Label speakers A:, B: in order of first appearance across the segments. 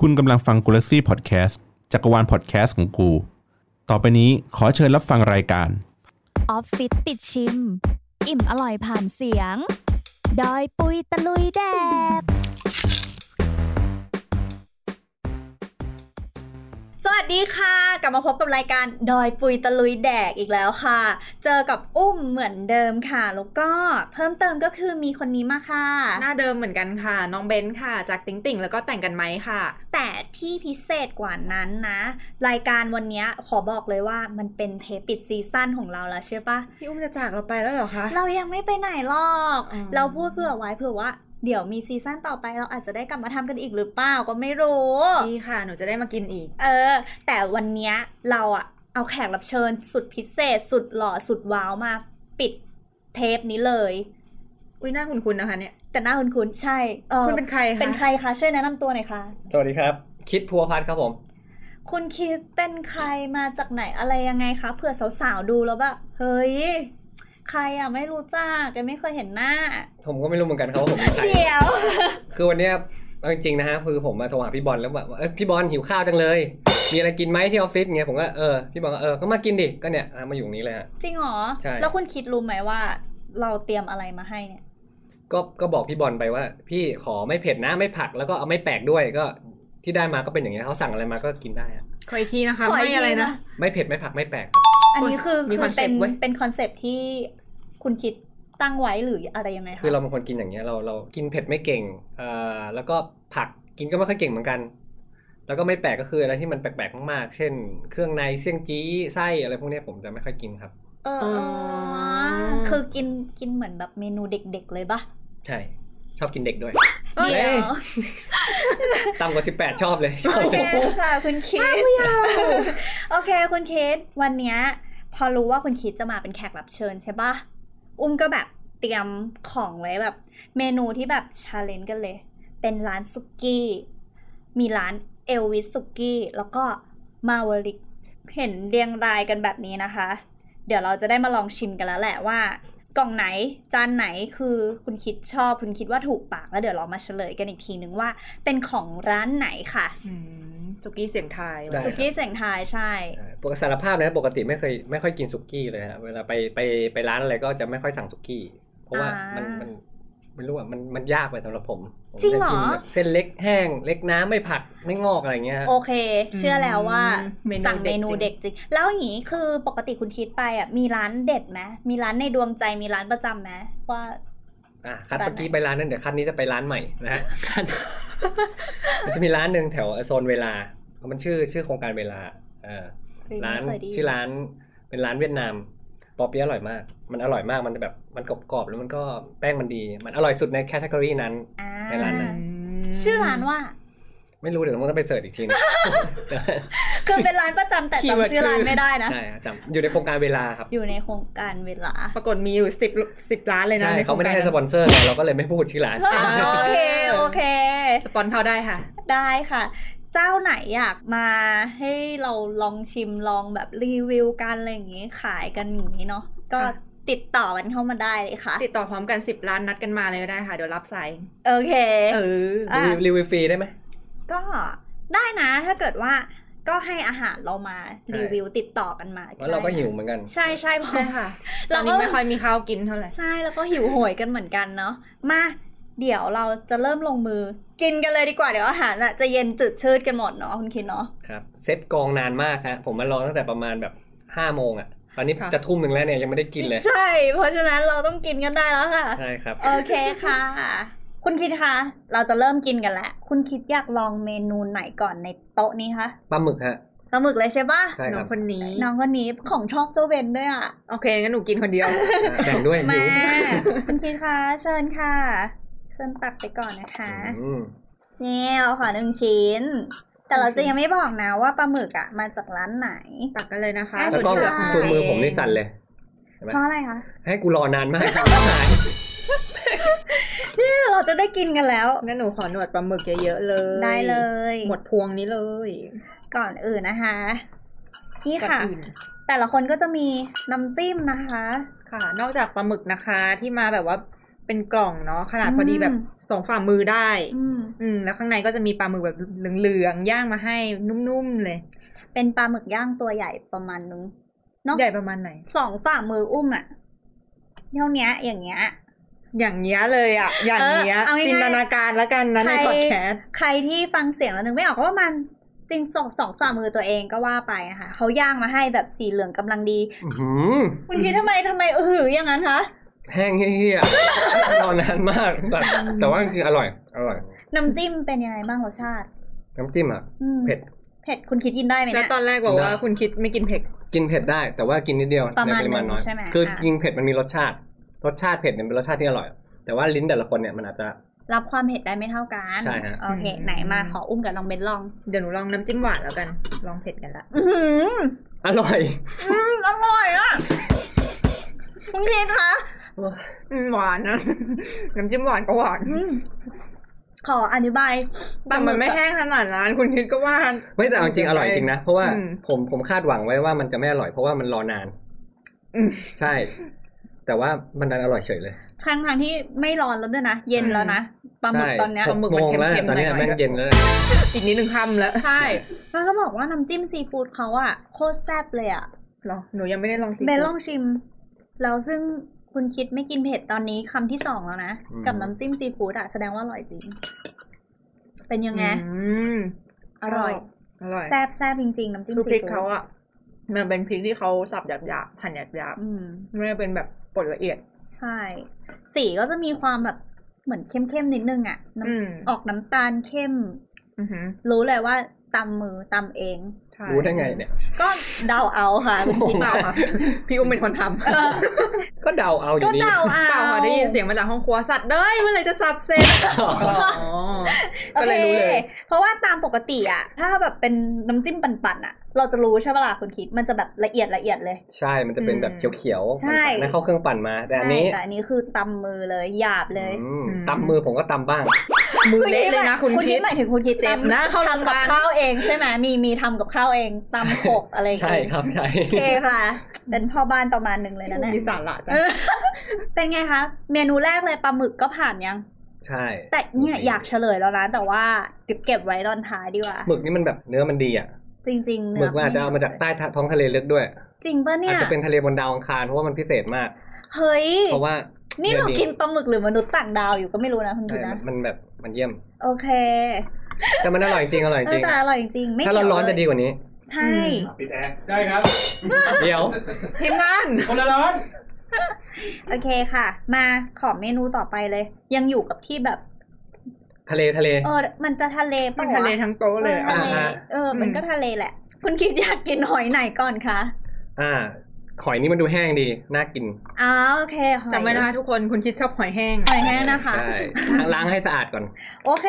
A: คุณกำลังฟังกูลซี่พอดแคสต์จักรวาลพอดแคสต์ของกู ต่อไปนี้ขอเชิญรับฟังรายการ
B: ออฟฟิศติดชิม อิ่มอร่อยผ่านเสียง ดอยปุยตะลุยแดด
C: สวัสดีค่ะ กลับมาพบกับรายการดอยปุยตะลุยแดกอีกแล้วค่ะ เจอกับอุ้มเหมือนเดิมค่ะ แล้วก็เพิ่มเติมก็คือมีคนนี้มาค่ะ
D: หน้าเดิมเหมือนกันค่ะ น้องเบนค่ะ จากติ๊งติ่งแล้วก็แต่งกันไหมค่ะ
C: แต่ที่พิเศษกว่านั้นนะ รายการวันเนี้ยขอบอกเลยว่ามันเป็นเทปปิดซีซั่นของเราแล้วใช่ปะ
D: พี่อุ้มจะจากเราไปแล้วเหรอคะ
C: เรายังไม่ไปไหนหรอก
D: อืม
C: เราพูดเผื่อไว้เผื่อว่า เดี๋ยวมีซีซั่นต่อไปเราอาจจะได้กลับมาทำกันอีกหรือเปล่าก็ไม่รู้
D: ดีค่ะ หนูจะได้มากินอีก
C: เออ แต่วันเนี้ยเราอะเอาแขกรับเชิญสุดพิเศษ สุดหล่อสุดว้าวมาปิดเทปนี้เลย
D: อุ้ยหน้าคุณคุณนะคะเนี่ย
C: แต่หน้าคุณคุณใช่เออ
D: คุณเป็นใครคะ
C: เป็นใครคะช่วยแนะนำตัวหน่อยค่ะ
E: สวัสดีครับ คิดพัวพัดครับผม
C: คุณคิดเป็นใครมาจากไหนอะไรยังไงคะเผื่อสาวๆดูแล้วแบบเฮ้ย ใครอะไม่รู้จักกันไม่เคยเห็นหน้า
E: ผมก็ไม่รู้เหมือนกันครับว่าผมเป็นใคร
C: เดี๋ยว
E: คือวันเนี้ยเอาจริงๆนะฮะคือผมมาโทรหาพี่บอลแล้วแบบว่าเอ้ยพี่บอลหิวข้าวจังเลย มีอะไรกินไหมที่ออฟฟิศเงี้ยผมก็เออพี่บอลก็เออก็มากินดิก็เนี่ยอ่ะมาอยู่ตรงนี้เลยฮะ
C: จริงเหรอ
E: ใช่
C: แล้วคุณคิดรู้ไหมว่า เราเตรียมอะไรมาให้เนี่ย
E: ก็ก็บอกพี่บอลไปว่า พี่ขอไม่เผ็ดนะไม่ผักแล้วก็เอาไม่แปลกด้วยก็ที่ได้มาก็เป็นอย่างเงี้ยเขาสั่งอะไรมาก็กินได้ฮะ
D: ใครทีนะคะ
C: ขออีก
D: ไม่อะไร
C: ทีนะ
D: นะ
E: ไม่เผ็ดไม่ผักไม่แปลก
C: อันนี้คือ
D: มี
C: คือ
D: concept
C: เป็น
D: เว้ย
C: เป็นคอนเซปต์ที่คุณคิดตั้งไว้หรืออะไรยังไงคะ
E: คือเราเป็นคนกินอย่างเงี้ยเราเรากินเผ็ดไม่เก่งเอ่อแล้วก็ผักกินก็ไม่ค่อยเก่งเหมือนกัน แล้วก็ไม่แปลกก็คืออะไรที่มันแปลกๆมากๆ เช่น เครื่องในเสี่ยงจี้ไส้อะไรพวกเนี้ยผมจะไม่ค่อยกินครับ
C: เออเอออ
D: อ
C: คือกินกินเหมือนแบบเมนูเด็กๆเลยปะ
E: ใช่ชอบกินเด็กด้วย
D: เอ้ย
C: เดี๋ยว
E: ต่ำกว่า 18 ชอบเลยชอบ
C: โอเคค่ะคุณคิดโอเคคุณคิดวันเนี้ยพอรู้ว่าคุณคิดจะมาเป็นแขกรับเชิญใช่ปะอุ้มก็แบบเตรียมของไว้แบบ เมนูที่แบบชาเลนจ์กันเลย เป็นร้านสุกี้ มีร้านเอลวิสสุกี้ แล้วก็มาวลิก เห็นเรียงรายกันแบบนี้นะคะ เดี๋ยวเราจะได้มาลองชิมกันแล้วแหละว่ากล่องไหนจานไหนคือคุณคิดชอบ คุณคิดว่าถูกปากแล้วเดี๋ยวเรามาเฉลยกันอีกทีนึงว่า เป็นของร้านไหนค่ะ
D: อืมสุกี้เสียงไทาย
E: ได้
C: สุ
E: ครับ
C: กี้เสียงไทายใช่
E: เอ่อปกติสารภาพนะปกติไม่เคยไม่ค่อยกินสุกี้เลยฮะเวลาไปไปไปร้านอะไรก็จะไม่ค่อยสั่งสุกี้เพราะว่า
C: อ่ามั
E: มันมันไม่รู้อ่ะมันมันยากไปสำหรับผมผม
C: จริงเหรอ
E: ะกินแบบเส้นเล็กแห้ง เล็กน้ำไม่ผักไม่งอกอะไรเงี้ยฮะ
C: โอเค เชื่อแล้วว่า
D: เมนู
C: สั่งเมนู
D: เด็
C: เด็
D: ก
C: กจริง แล้วอย่างนี้คือปกติคุณคิดไปอ่ะมีร้านเด็ดไหมมีร้านในดวงใจมีร้านประจำไหมว่า
E: อ่ะคัด
C: ร้านไหน
E: เมื่อกี้ไปร้านนั้นเดี๋ยวคัดนี้จะไปร้านใหม่นะฮะ มันจะมีร้านหนึ่งแถวโซนเวลา มันชื่อชื่อโครงการเวลาเออ
C: เฮ้ย
E: ร้าน
C: ไม่เคยได้ยิ
E: ชื่อร้านเป็นร้านเวียดนามปอเปี๊ยะอร่อยมาก มันอร่อยมากมันแบบมันกรอบๆแล้วมันก็แป้งมันดี มันอร่อยสุดในแคตตากรีนั้น
C: อ่า
E: ในร้านนั้น
C: ชื่อร้านว่า
E: ไม่รู้เดี๋ยวมันต้องไปเสิร์ชอีกทีนะ
C: คือเป็นร้านประจำแต่
D: คีย์เวิร์ด
C: จำชื่อร้าน
D: คือ
C: ไม่ได้นะ
E: ใช่ฮะจำอยู่ในโครงการเวลาครับ
C: อยู่ในโครงการเวลา
D: ปรากฏมีอยู่สิบสิบร้านเลยนะ
E: ใช่เขาไม่ได้
D: โค
E: ให้
D: รงกร
E: สปอนเซอร์ไงเราก็เลยไม่พูดชื่อร้าน
D: อ่า
C: โอเค โอเค
D: สปอนเขาได้ค่ะ
C: ได้ค่ะ เจ้าไหนอยากมาให้เราลองชิมลองแบบรีวิวกันอะไรอย่างงี้ขายกันอย่างงี้เนาะก็
D: ค่ะ
C: ติดต่อกันเข้ามาได้เลยค่ะ
D: ติดต่อพร้อมกันสิบร้านนัดกันมาเลยก็ได้ค่ะ เดี๋ยวรับสาย
C: โอเค
D: เออ
C: อ่ะ
E: รีวิวรีวิวฟรีได้ไหม
C: ก็ได้นะถ้าเกิดว่าก็ให้อาหารเรามา
E: ใช่
C: รีวิวติดต่อกันมา
E: เพราะเราก็หิวเหมือนกัน
C: ใช่ใช่เพราะ
D: ใช่ค่ะ ต
C: เราก็
D: อนนี้ไม่ค่อยมีข้าวกินเท่าไหร่
C: ใช่แล้วก็หิวโหยกันเหมือนกันเนาะมา เดี๋ยวเราจะเริ่มลงมือ กินกันเลยดีกว่าเดี๋ยวอาหารอะจะเย็นจืดชืดกันหมดเนาะคุณคิดเนาะ
E: ครับเซตกองนานมากฮะผมมารอตั้งแต่ประมาณแบบห้าโมงอ่ะ ตอนนี้
D: ค่ะ
E: จะทุ่มหนึ่งแล้วเนี่ยยังไม่ได้กินเลย
C: ใช่ เพราะฉะนั้นเราต้องกินกันได้แล้วค่ะ
E: ใช่ครับ
C: โอเคค่ะ คุณคิดคะ เราจะเริ่มกินกันแล้ว คุณคิดอยากลองเมนูไหนก่อนในโต๊ะนี้คะ
E: ปลาหมึกฮะ
C: ปลาหมึกเลยใช่ปะ
E: ใช่
D: น้
E: ค
D: อ
E: รับ
D: งคนนี้
C: น้องคนนี้ของชอบเจ้าเวนด้วยอ่ะ
D: โอเคงั้นหนูกินคนเดี ยว
E: อ่ะแบ่งด้วยหิ
C: มาว คุณคิดคะ เชิญค่ะ เชิญตักไปก่อนนะคะ
E: อืม
C: นี่เราขอหนึ่งชิ้น แต่เราจะยังไม่บอกนะว่าปลาหมึกอะมาจากร้านไหน
D: ตักกันเลยนะคะ
E: แล้วกล้อง
C: หนึ่ง
E: ซูมมือผมนี่สั่นเลย ใช่ไหม
C: เพราะอะไรคะ
E: ให้กูรอนานมาก
C: นี่เราจะได้กินกันแล้ว
D: งั้นหนูขอหนวดปลาหมึกเยอะๆเลย
C: ได้เลย
D: หมดพวงนี้เลย
C: ก่อนอื่นนะคะ นี่ค่ะ
D: ก่อนอื่น
C: แต่ละคนก็จะมีน้ำจิ้มนะคะ
D: ค่ะ นอกจากปลาหมึกนะคะที่มาแบบว่า ไป
F: เป็นกล่องเนาะขนาดพอดีแบบ
C: อืม
F: สองฝ่ามือได้
C: อืม
F: อืมแล้วข้างในก็จะมีปลาหมึกแบบเหลืองๆย่างมาให้นุ่มๆเลย
C: เป็นปลาหมึกย่างตัวใหญ่ประมาณนึงเนาะ
F: ใหญ่ประมาณไหน
C: สองฝ่ามืออุ้มอะเท่าเนี้ยอย่างเงี้ย
F: อย่างเงี้ยเลยอ่ะ อย่างเงี้ย
C: เออเอาง่ายๆ
F: จินตนาการแล้วกันนะ
C: ใคร
F: ในพอดแคสต์
C: ใครที่ฟังเสียงแล้วนึกไม่ออกก็ว่ามันจริงสองสองฝ่ามือตัวเองก็ว่าไปนะคะเขาย่างมาให้แบบสีเหลืองกำลังดี
E: อื้อหือ
C: คุณคิดทำไมทำไมเออหืออย่างนั้นคะ
E: แห้งเฮี้ยๆรอนานมากแต่แต่ว่าคืออร่อย อร่อย
C: น้ำจิ้มเป็นยังไงบ้างรสชาติ
E: น้ำจิ้มอ่ะ
C: อืม
E: เผ็ด
C: เผ็ดคุณคิดกินได้ไหม
F: แล้ว
C: เนี่ย
F: ตอนแรกบอกว่าคุณคิดไม่กินเผ็ด
E: กินเผ็ดได้ แต่ว่ากินนิดเดียว
C: ประมาณ
E: ในปริมาณน้อ
C: ห
E: ย
C: นึ่งใช่ไหม
E: คืออะ กินเผ็ดมันมีรสชาติ รสชาติเผ็ดเนี่ยเป็นรสชาติที่อร่อย แต่ว่าลิ้นแต่ละคนเนี่ยมันอาจจะ
C: รับความเผ็ดได้ไม่เท่ากัน
E: ใช่ฮะ
C: โอเค ไหนมาขออุ้มกับน้องเบนลอง
F: เดี๋ยวหนูลองน้ำจิ้มหวานแล้วกัน ลองเผ็ดกันละ
C: อื้อหือ
E: อร่อย
C: อร่อยอ่ะคุณคิดคะ
F: อืมหวานนะ น้ำจิ้มหวานก็หวาน
C: อืมขออธิบาย
F: แต่มันไม่
C: ปลาหก
F: แห้งขนาดนั้นคุณคิดก็ว่า
E: ไม่แต่เอาจริงอร่อยจริงนะ เพราะว่า
F: อืม
E: ผมผมคาดหวังไว้ว่ามันจะไม่อร่อยเพราะว่ามันรอนาน
F: อืม
E: ใช่ แต่ว่ามันดันอร่อยเฉยเลย
C: ทางทางที่ไม่ร้อนแล้วด้วยนะ เย็นแล้วนะปลาหมึ
E: ใช่
C: กตอนเนี้ย
E: หกโมงแล้วเนี่ยตอนเนี้ยแม่งเย็นแล้วเนี่ย
F: อีกนิดหนึ่งคำแล้ว
C: ใช่ แล้วก็บอกว่าน้ำจิ้มซีฟู้ดเขาอะโคตรแซ่บเลยอะ
F: หรอหนูยังไม่ได้ลองซี
C: เบนล
F: ฟู้
C: อ
F: ด
C: งชิม แล้วซึ่งคุณคิดไม่กินเผ็ดตอนนี้คำที่สองแล้วนะ กับน้ำจิ้มซีฟู้ดอะแสดงว่าอร่อยจริง เป็นยังไง
F: อืม
C: อร่อย
F: อร่อย
C: แซ่บแซ่บจริงๆ น้ำจิ้ม
F: คือ
C: ซี
F: พริก
C: ฟู้ด
F: เขาอะมันเป็นพริกที่เขาสับหยาบๆหั่นหยาบ
C: อืม
F: ๆไม่ได้เป็นแบบบดละเอียด
C: ใช่ สีก็จะมีความแบบเหมือนเข้มๆนิดนึงอะน้ำ
F: อืม
C: ออกน้ำตาลเข้ม
F: อือหือ
C: รู้เลยว่าตำมือตำเอง
F: ใช่
E: รู้ได้ไงเนี่ย
C: ก็เดาเอาค่ะคุณคิด
F: เปล่าค่ะ พี่อุ้มเป็นคนทำ
C: เออ
E: ก็เดาเอาอ
C: ก็
E: ยู่ดี
C: เดาเอา
F: เปล่าค่ะได้ยินเสียงมาจากห้องครัวสัตว์เด้ยเมื่อไหรจะสับเสร็จอ๋อก็เลยรู้เลย
C: โอคราะว่าตามปกติอะถ้าแบบเป็นน้ำจิ้มปั่นๆอะเราจะรู้ใช่ปะล่ะคุณคิด มันจะแบบละเอียดละเอียดเลย
E: ใช่มันจะเป็นแบบเขียวๆ
C: ใช่
E: ปั่นๆนะเข้าเครื่องปั่นมา แต่อันนี้
C: ใช่แต่อันนี้คือตำมือเลยหยาบเลย
E: อืม
F: อืม
E: ตำมือผมก็ตำบ้าง
F: มือเละเลยนะคุณ
C: คุณ
F: คิ
C: คิ
F: ด
C: ดหมายถึงคุณคิด
F: เจ็บนะ
C: ตำ
F: เข้าโรงพ
C: กับบ
F: ยาาล
C: ข้าวเองใช่ไหมมีมีทำกับข้าวเองตำขกอะไรอย่าง
E: ใช่
C: เงี้ย
E: ครับใช่
C: โอเคค่ะ เป็นพ่อบ้านประมาณหนึ่งเลยนะเนี่ย
F: มีสาระจัง
C: เออ เป็นไงคะ เมนูแรกเลยปลาหมึกก็ผ่านยัง
E: ใช่
C: แต่เนี่ยอยากเฉลยแล้วนะแต่ว่าเก็บเก็บไว้ตอนท้ายดีกว่า
E: หมึกนี่มันแบบเนื้อมันดีอ่ะ
C: จริงๆ
E: หมึ
C: เนื้
E: กมันอาจจะเอามาจากใต้ท้องทะเลลึกด้วย
C: จริงปะเนี่
E: อาจ
C: ย
E: จะเป็นทะเลบนดาวอังคารเพราะว่ามันพิเศษมาก
C: เฮ้ย
E: เพราะว่า
C: นี่เรา
E: อดี
C: กินปลาหมึกหรือมนุษย์ต่างดาวอยู่ก็ไม่รู้นะคุณ
E: ใช่
C: คิดนะ
E: มันแบบมันเยี่ยม
C: โอเค
E: แต่มันอร่อยจริงอร่อย
C: เอ
E: จ
C: อ
E: ริง
C: แต่อร่อยจริงๆไม่
E: ถ้าเราร้อน
C: เกี่ยว
E: จะดี
C: เลย
E: กว่านี้
C: ใช่
G: ปิดแอร์ได้ครับ
E: เดี๋ยว
F: ทีมงาน
G: คนละร้อน
C: โอเคค่ะ มาขอเมนูต่อไปเลย ยังอยู่กับที่แบบ
E: ทะเลทะเล
C: เออมันจะทะเลป
F: มันทะเลทั้งโต๊ะเลย
C: ออ
F: อ่ะ
C: ทะเล
E: อ่า
C: เออมัน
F: อืม
C: ก็ทะเลแหละ คุณคิดอยากกินหอยไหนก่อนคะ
E: อ่า หอยนี่มันดูแห้งดี น่ากิน
C: อ๋อโอเคหอย
F: จำไว้นะคะทุกคนคุณคิดชอบหอยแห้ง
C: หอยแห้งนะคะ
E: ใช่ล้างล้างให้สะอาดก่อน
C: โอเค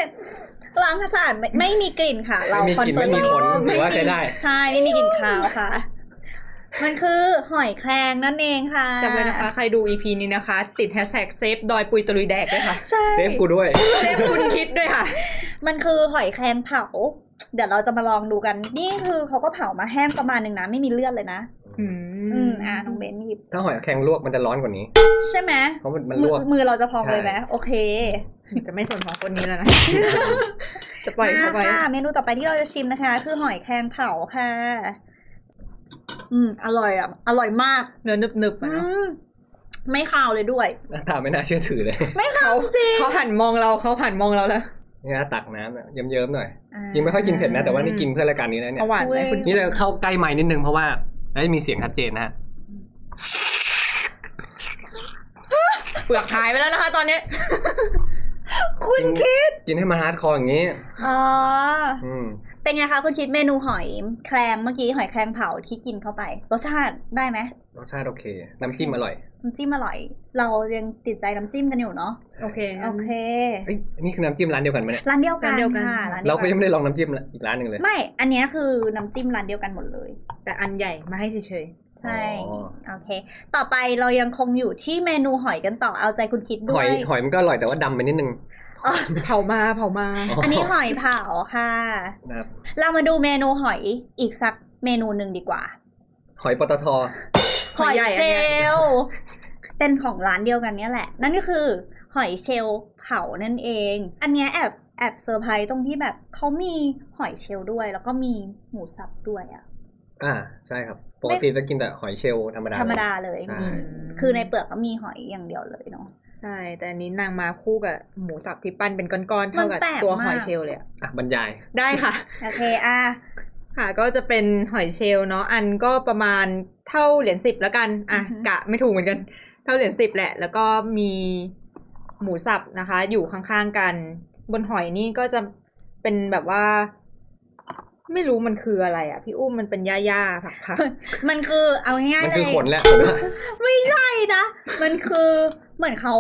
C: ล้างให้สะอาดไม่ไม่มีกลิ่นค่ะ เรา
E: ไม่มี
C: คอน
E: กลิ่น
C: เฟิร์ม
E: ไม่มีขนถือว่าใช้ได้
C: ใช่ไม่มีกลิ่นคาวค่ะ มันคือหอยแครงนั่นเองค่ะ
F: จำไว้นะคะ ใครดู EP นี้นะคะ ติดแฮชแท็กเซฟดอยปุยตะลุยแดกด้วยค่ะ
C: ใช่
E: เซฟกูด้วย
F: เซฟคุณคิดด้วยค่ะ
C: มันคือหอยแครงเผา เดี๋ยวเราจะมาลองดูกัน นี่คือเขาก็เผามาแห้งประมาณหนึ่งนะ ไม่มีเลือดเลยนะ
F: อื
C: อืมอ่ะน้องเบนหยิบ
E: ถ้าหอยแข็งลวกมันจะร้อนกว่านี้
C: ใช่ไหม
E: เพราะมันมัน
C: มื
E: ล
C: อ
E: วก
C: มือเราจะพองเลยไหม
E: ใช่
C: โอเค
F: จะไม่สนของคนนี้แล้วนะ จะปล่อย
C: มา
F: เข้าไป
C: ค่ะเมนูต่อไปที่เราจะชิมนะคะ คือหอยแครงเผาค่ะ อืม อร่อยอ่ะ อร่อยมาก
F: เนื้อหนึบๆ
C: อื
F: อะเนาะ
C: ม ไม่คาวเลยด้วย
E: หน้าตาไม่น่าเชื่อถือเลย
F: เขาเขาหันมองเราเขาหันมองเราแล้ว
E: เนี่ยตักน้ำเนี่ยเยิ้มๆหน่อย
C: อ่า
E: จริงไม่ค่อยกินเผ็ดนะ แต่ว่านี่กินเพื่อรายการนี้นะเนี่ย
F: เอาหวานไหมคุณ
E: นี่จะเข้าใกล้ไม้นิดนึงเพราะว่าไอ้ยมีเสียงชัดเจนนะฮะ
F: เปลือกหายไปแล้วนะคะ ตอนนี้
E: คุณคิดกินให้มันฮาร์ดคอร์อย่างนี้
C: อ๋อ
E: อืม
C: เป็นไงคะคุณคิดเมนูหอยแครงเมื่อกี้หอยแครงเผาที่กินเข้าไปรสชาติได้ไหม
E: รสชาติโอเค น้ำจิ้มอร่อย
C: น้ำจิ้มอร่อย เรายังติดใจน้ำจิ้มกันอยู่เนาะ
F: โอเค
C: โอเค
E: เอ้ยนี่คือน้ำจิ้มร้านเดียวกันไหมเนี่ย
C: ร้านเดียวกัน
F: ร้านเดียวกัน
C: ค่ะร้านเดี
E: เรา
C: ยว
E: ก็
C: กั
E: ยั
C: น
E: งไม่ได้ลองน้ำจิ้มอีกร้านหนึ่งเลย
C: ไม่ อันเนี้ยคือน้ำจิ้มร้านเดียวกันหมดเลย
F: แต่อันใหญ่มาให้เฉย
C: ใช่
E: อ๋อ
C: โอเค ต่อไปเรายังคงอยู่ที่เมนูหอยกันต่อเอาใจคุณคิดด้
E: ห
C: ว
E: อยยหอยมันก็อร่อยแต่ว่าดำไปนิดนึง
F: ๆเผามาเผามา
C: อันนี้หอยเผาค่ะ
E: นะครับ
C: เรามาดูเมนูหอยอีกสักเมนูหนึ่งดีกว่า
E: หอยปตท
C: ห
F: ห
C: อ
F: อย
C: ย
F: ใหญ่อัน
C: เช
F: เนี้ย
C: ลลเป็นของร้านเดียวกันเนี้ยแหละ นั่นก็คือ หอยเชลล์เผานั่นเอง อันเนี้ยแอบแอบเซอร์ไพรส์ตรงที่แบบเขามีหอยเชลล์ด้วย แล้วก็มีหมูสับด้วยอะ
E: อ่าใช่ครับ ปกติจะกินแต่หอยเชลล์ธรรมดา
C: ธรรมดาเลย
E: ใช่
C: คือในเปลือกก็มีหอยอย่างเดียวเลยเนาะ
F: ใช่ แต่อันนี้นางมาคู่กับหมูสับที่ปั้นเป็นก้อนๆเท่ากั
C: มั
F: บ
C: นแปลก
F: ตัวห
C: มา
F: อย
C: ก
F: เชลล์เลยอะ
E: อ่ะบรรยาย
F: ได้ค่ะ
C: โอเค อ่ะ
F: ค่ะก็จะเป็นหอยเชลล์เนาะอันก็ประมาณเท่าเหรียญสิบแล้วกันอ่ะ
C: อือฮึ
F: กะไม่ถูกเหมือนกัน เท่าเหรียญสิบแหละ แล้วก็มีหมูสับนะคะ อยู่ข้างๆกัน บนหอยนี่ก็จะเป็นแบบว่า ไม่รู้มันคืออะไรอ่ะ พี่อุ้มมันเป็นหญ้าๆผัก
C: มันคือเอาง่าย
E: มัน
C: ๆเล
E: คือย ขนแหละ ผมว่า
C: ไม่ใช่นะ มันคือเหมือนเขา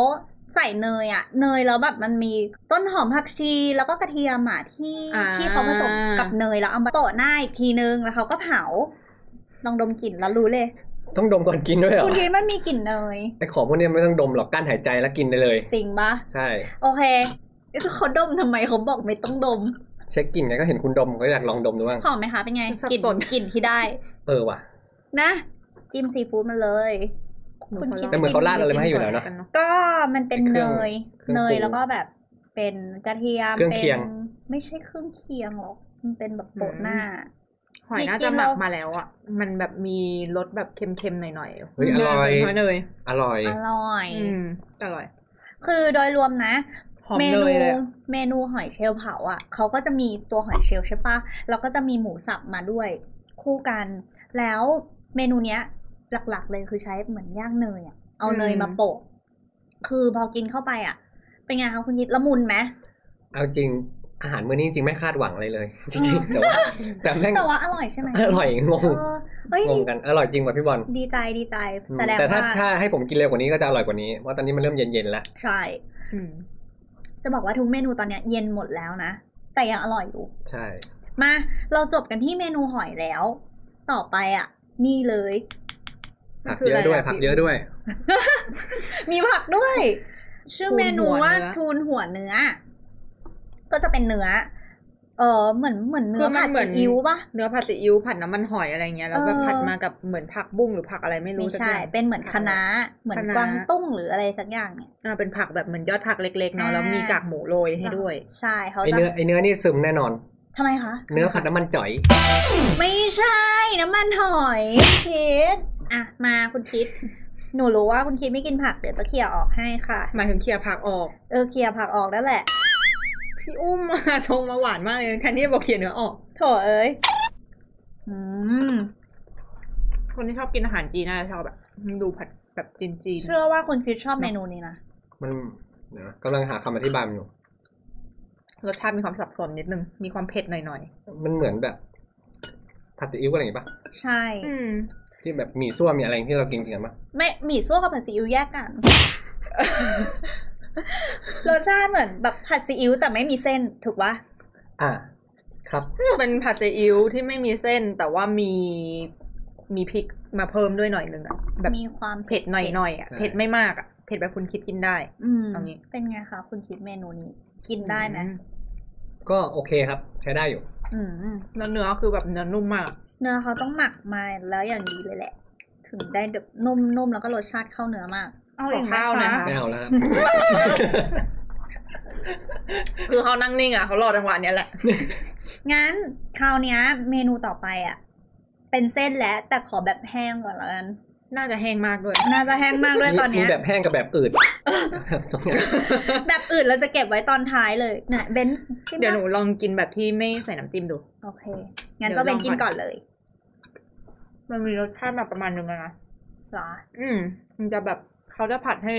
C: ใส่เนยอะเนยแล้วแบบมันมีต้นหอมผักชีแล้วก็กระเทียมอะที่
F: อ่า
C: ที่เขาผสมกับเนยแล้วเอามาโปะหน้าอีกทีนึงแล้วเขาก็เผาลองดมกลิ่นแล้วรู้เลย
E: ต้องดมก่อนกินด้วยเหรอ
C: คุณคิดมันมีกลิ่นเนย
E: ไอของพวกเนี้ยไม่ต้องดมหรอกกั้นหายใจแล้วกินได้เลย
C: จริงปะ
E: ใช่
C: โอเคเขาดมทำไมเขาบอกไม่ต้องดม
E: เช็คกลินไงก็เห็นคุณดมก็อยากลองดมดูบ้าง
C: หอมไหมคะเป็นไง
F: สับ
C: กลิ่น
F: สน
C: กลิ่นที่ได้
E: เออว่ะ
C: นะ จิ้มซีฟู้ดมาเลย
F: ๆ
C: คุณคิด
E: แต่เหมือนเขาราดอะไรมาให้อยู่แล้วนะ
C: ก็มันเป็น
E: เค
C: เน
E: รื่อง
C: ย
E: เครื่อง
C: เน
E: ปรุง
C: ยแล้วก็แบบเป็นกระเทียม
E: เครื่อง
C: ป็น
E: เคียง
C: ไม่ใช่เครื่องเคียงหรอก มันเป็นแบบโปะหน้า
F: หอยน่าจะหมักมาแล้วอ่ะมันแบบมีรสแบบเค็มๆหน่อยๆ
E: เฮ้ยอร่อย
F: หน่อยๆเนย
E: อร่อย
C: อร่อย
F: อืมอร่อย
C: คือโดยรวมนะ
F: หอม
C: เม
F: เน
C: นู
F: ยเลยอะ
C: เมนูหอยเชลล์เผาอ่ะเขาก็จะมีตัวหอยเชลล์ใช่ปะแล้วก็จะมีหมูสับมาด้วย คู่กัน แล้วเมนูเนี้ย หลักๆ เลยคือใช้เหมือนย่างเนยอ่ะเอาเนยมาโปะคือพอกินเข้าไปอ่ะ เป็นไงคะคุณยิตละมุนไหม
E: เอาจริงอาหารมื้อนี้จริงๆไม่คาดหวังอะไรเลย จริงๆแต่ว่าแต่แม่ง
C: แต่ว่าอร่อยใช่ไหม
E: อร่อยงง
C: เออเอ้ย
E: งงกันอร่อยจริงว่ะพี่บอล
C: ดีใจดีใจ
E: อืม
C: แสดง
E: แต่ถ้า
C: ว่า
E: ถ้าให้ผมกินเร็วกว่านี้ก็จะอร่อยกว่านี้เพราะตอนนี้มันเริ่มเย็นๆแล้ว
C: ใช่
F: อืม
C: จะบอกว่าทุกเมนูตอนเนี้ยเย็นหมดแล้วนะ แต่ยังอร่อยอยู่
E: ใช่
C: มา เราจบกันที่เมนูหอยแล้ว ต่อไปอ่ะ นี่เลย
F: มัน
E: ผัก
F: คือ
E: เยอะด้วย
F: อะไรอะ
E: ผักเยอะด้วย
C: มีผักด้วย ชื่อเมนูว่าทูนหัวเนื้อ ก็จะเป็นเนื้อ เออเหมือนเหมือนเนื้อ
F: คือมั
C: ผั
F: น
C: ด
F: เหมือน
C: ซีอิ๊วปะ
F: เนื้อผัดซีอิ๊วผัดน้ำมันหอยอะไรเงี้ยแล้วก็
C: เออ
F: ผัดมากับเหมือนผักบุ้งหรือผักอะไรไม่รู้
C: ไม่
F: สัก
C: ใช่
F: อย่าง
C: เป็นเหมือนคะน้าเหมือน
F: คะน้า
C: กวางตุ้งหรืออะไรสักอย่างเนี่ย
F: อ่าเป็นผักแบบเหมือนยอดผักเล็กๆเนาะ
C: อ่า
F: แล้วมีกากหมูโรยให้ด้วย
C: ใช่เขา
E: ไอ
C: จะ
E: เนื้อไอเนื้อนี่ซึมแน่นอน
C: ทำไมคะ
E: เนื้อผัดน้ำมันจ่อย
C: ไม่ใช่น้ำมันหอยคิดอ่ะมาคุณคิด หนูรู้ว่าคุณคิดไม่กินผักเดี๋ยวจะเคลียร์ออกให้ค่ะ
F: หมายถึงเคลียร์ผักออก
C: เออเคลียร์ผักออกแล้วแหละ
F: พี่อุ้มมาชงมาหวานมากเลยแทนที่จะบอกเคลียร์เนื้อออก
C: โถเอ้ยอืม
F: คนที่ชอบกินอาหารจีนน่าจะชอบแบบดูผัดแบบจีน
C: เชื่อว่าคุณคิดชอบเมนูนี้นะ
E: มันเดี๋ยวนะกำลังหาคำอธิบายมันอยู่
F: ๆรสชาติมีความสับสนนิดนึงมีความเผ็ดหน่อย
E: มันเหมือนแบบผัดซีอิ๊วอะไรอย่างงี้ปะ
C: ใช่
F: ๆอืม
E: ที่แบบหมี่ซั่วมีอะไรที่เรากินกันปะ
C: ไม่หมี่ซั่วกับผัดซีอิ๊วแยกกัน รสชาติเหมือนแบบผัดซีอิ๊วแต่ไม่มีเส้นถูกปะ
E: อ่ะครับ
F: เป็นผัดซีอิ๊วที่ไม่มีเส้นแต่ว่ามีมีพริกมาเพิ่มด้วยหน่อยนึงอะแบบ
C: มีความ
F: เผ็ดหน่อยๆอะ
E: ใช่
F: เผ็ดไม่มากอะเผ็ดแบบคุณคิดกินได้
C: อืม
F: เอางี้
C: เป็นไงคะคุณคิดเมนูนี้ กินได้ไหม
F: อื
E: ก็โอเคครับ ใช้ได้อยู่
C: อืม
F: แล้วเนื้อคือแบบเนื้อนุ่มมากอะ
C: เนื้อเขาต้องหมักมาแล้วอย่างดีเลยแหละ ถึงได้แบบนุ่มนุ่มแล้วก็รสชาติเข้าเนื้อมาก
F: ขอข้าวหนะคะ
E: ไม่เอาแล้วครับ
F: คือเขานั่งนิ่งอ่ะเขารอจังหวะเนี้ยแหละ
C: งั้นคราวเนี้ย เมนูต่อไปอ่ะ เป็นเส้นแล้วแต่ขอแบบแห้งก่อนละกัน
F: น่าจะแห้งมากด้วย
C: น่าจะแห้งมากด้วยตอน
E: มี
C: เนี้ย
E: แบบแห้งกับแบบ อืดแบบสองอย่าง
C: แบบอื่นเราจะเก็บไว้ตอนท้ายเลยเนี่ยเบนจิ้ม
F: เดี๋ยวห
C: ปะ
F: นูลองกินแบบที่ไม่ใส่น้ำจิ้มดู
C: โอเค งั้นเจะเบนกินก่อนเลย
F: มันมีรสชาติมาประมาณนึงแล้วนะ
C: เหรอ
F: อืม มันจะแบบเขาจะผัดให้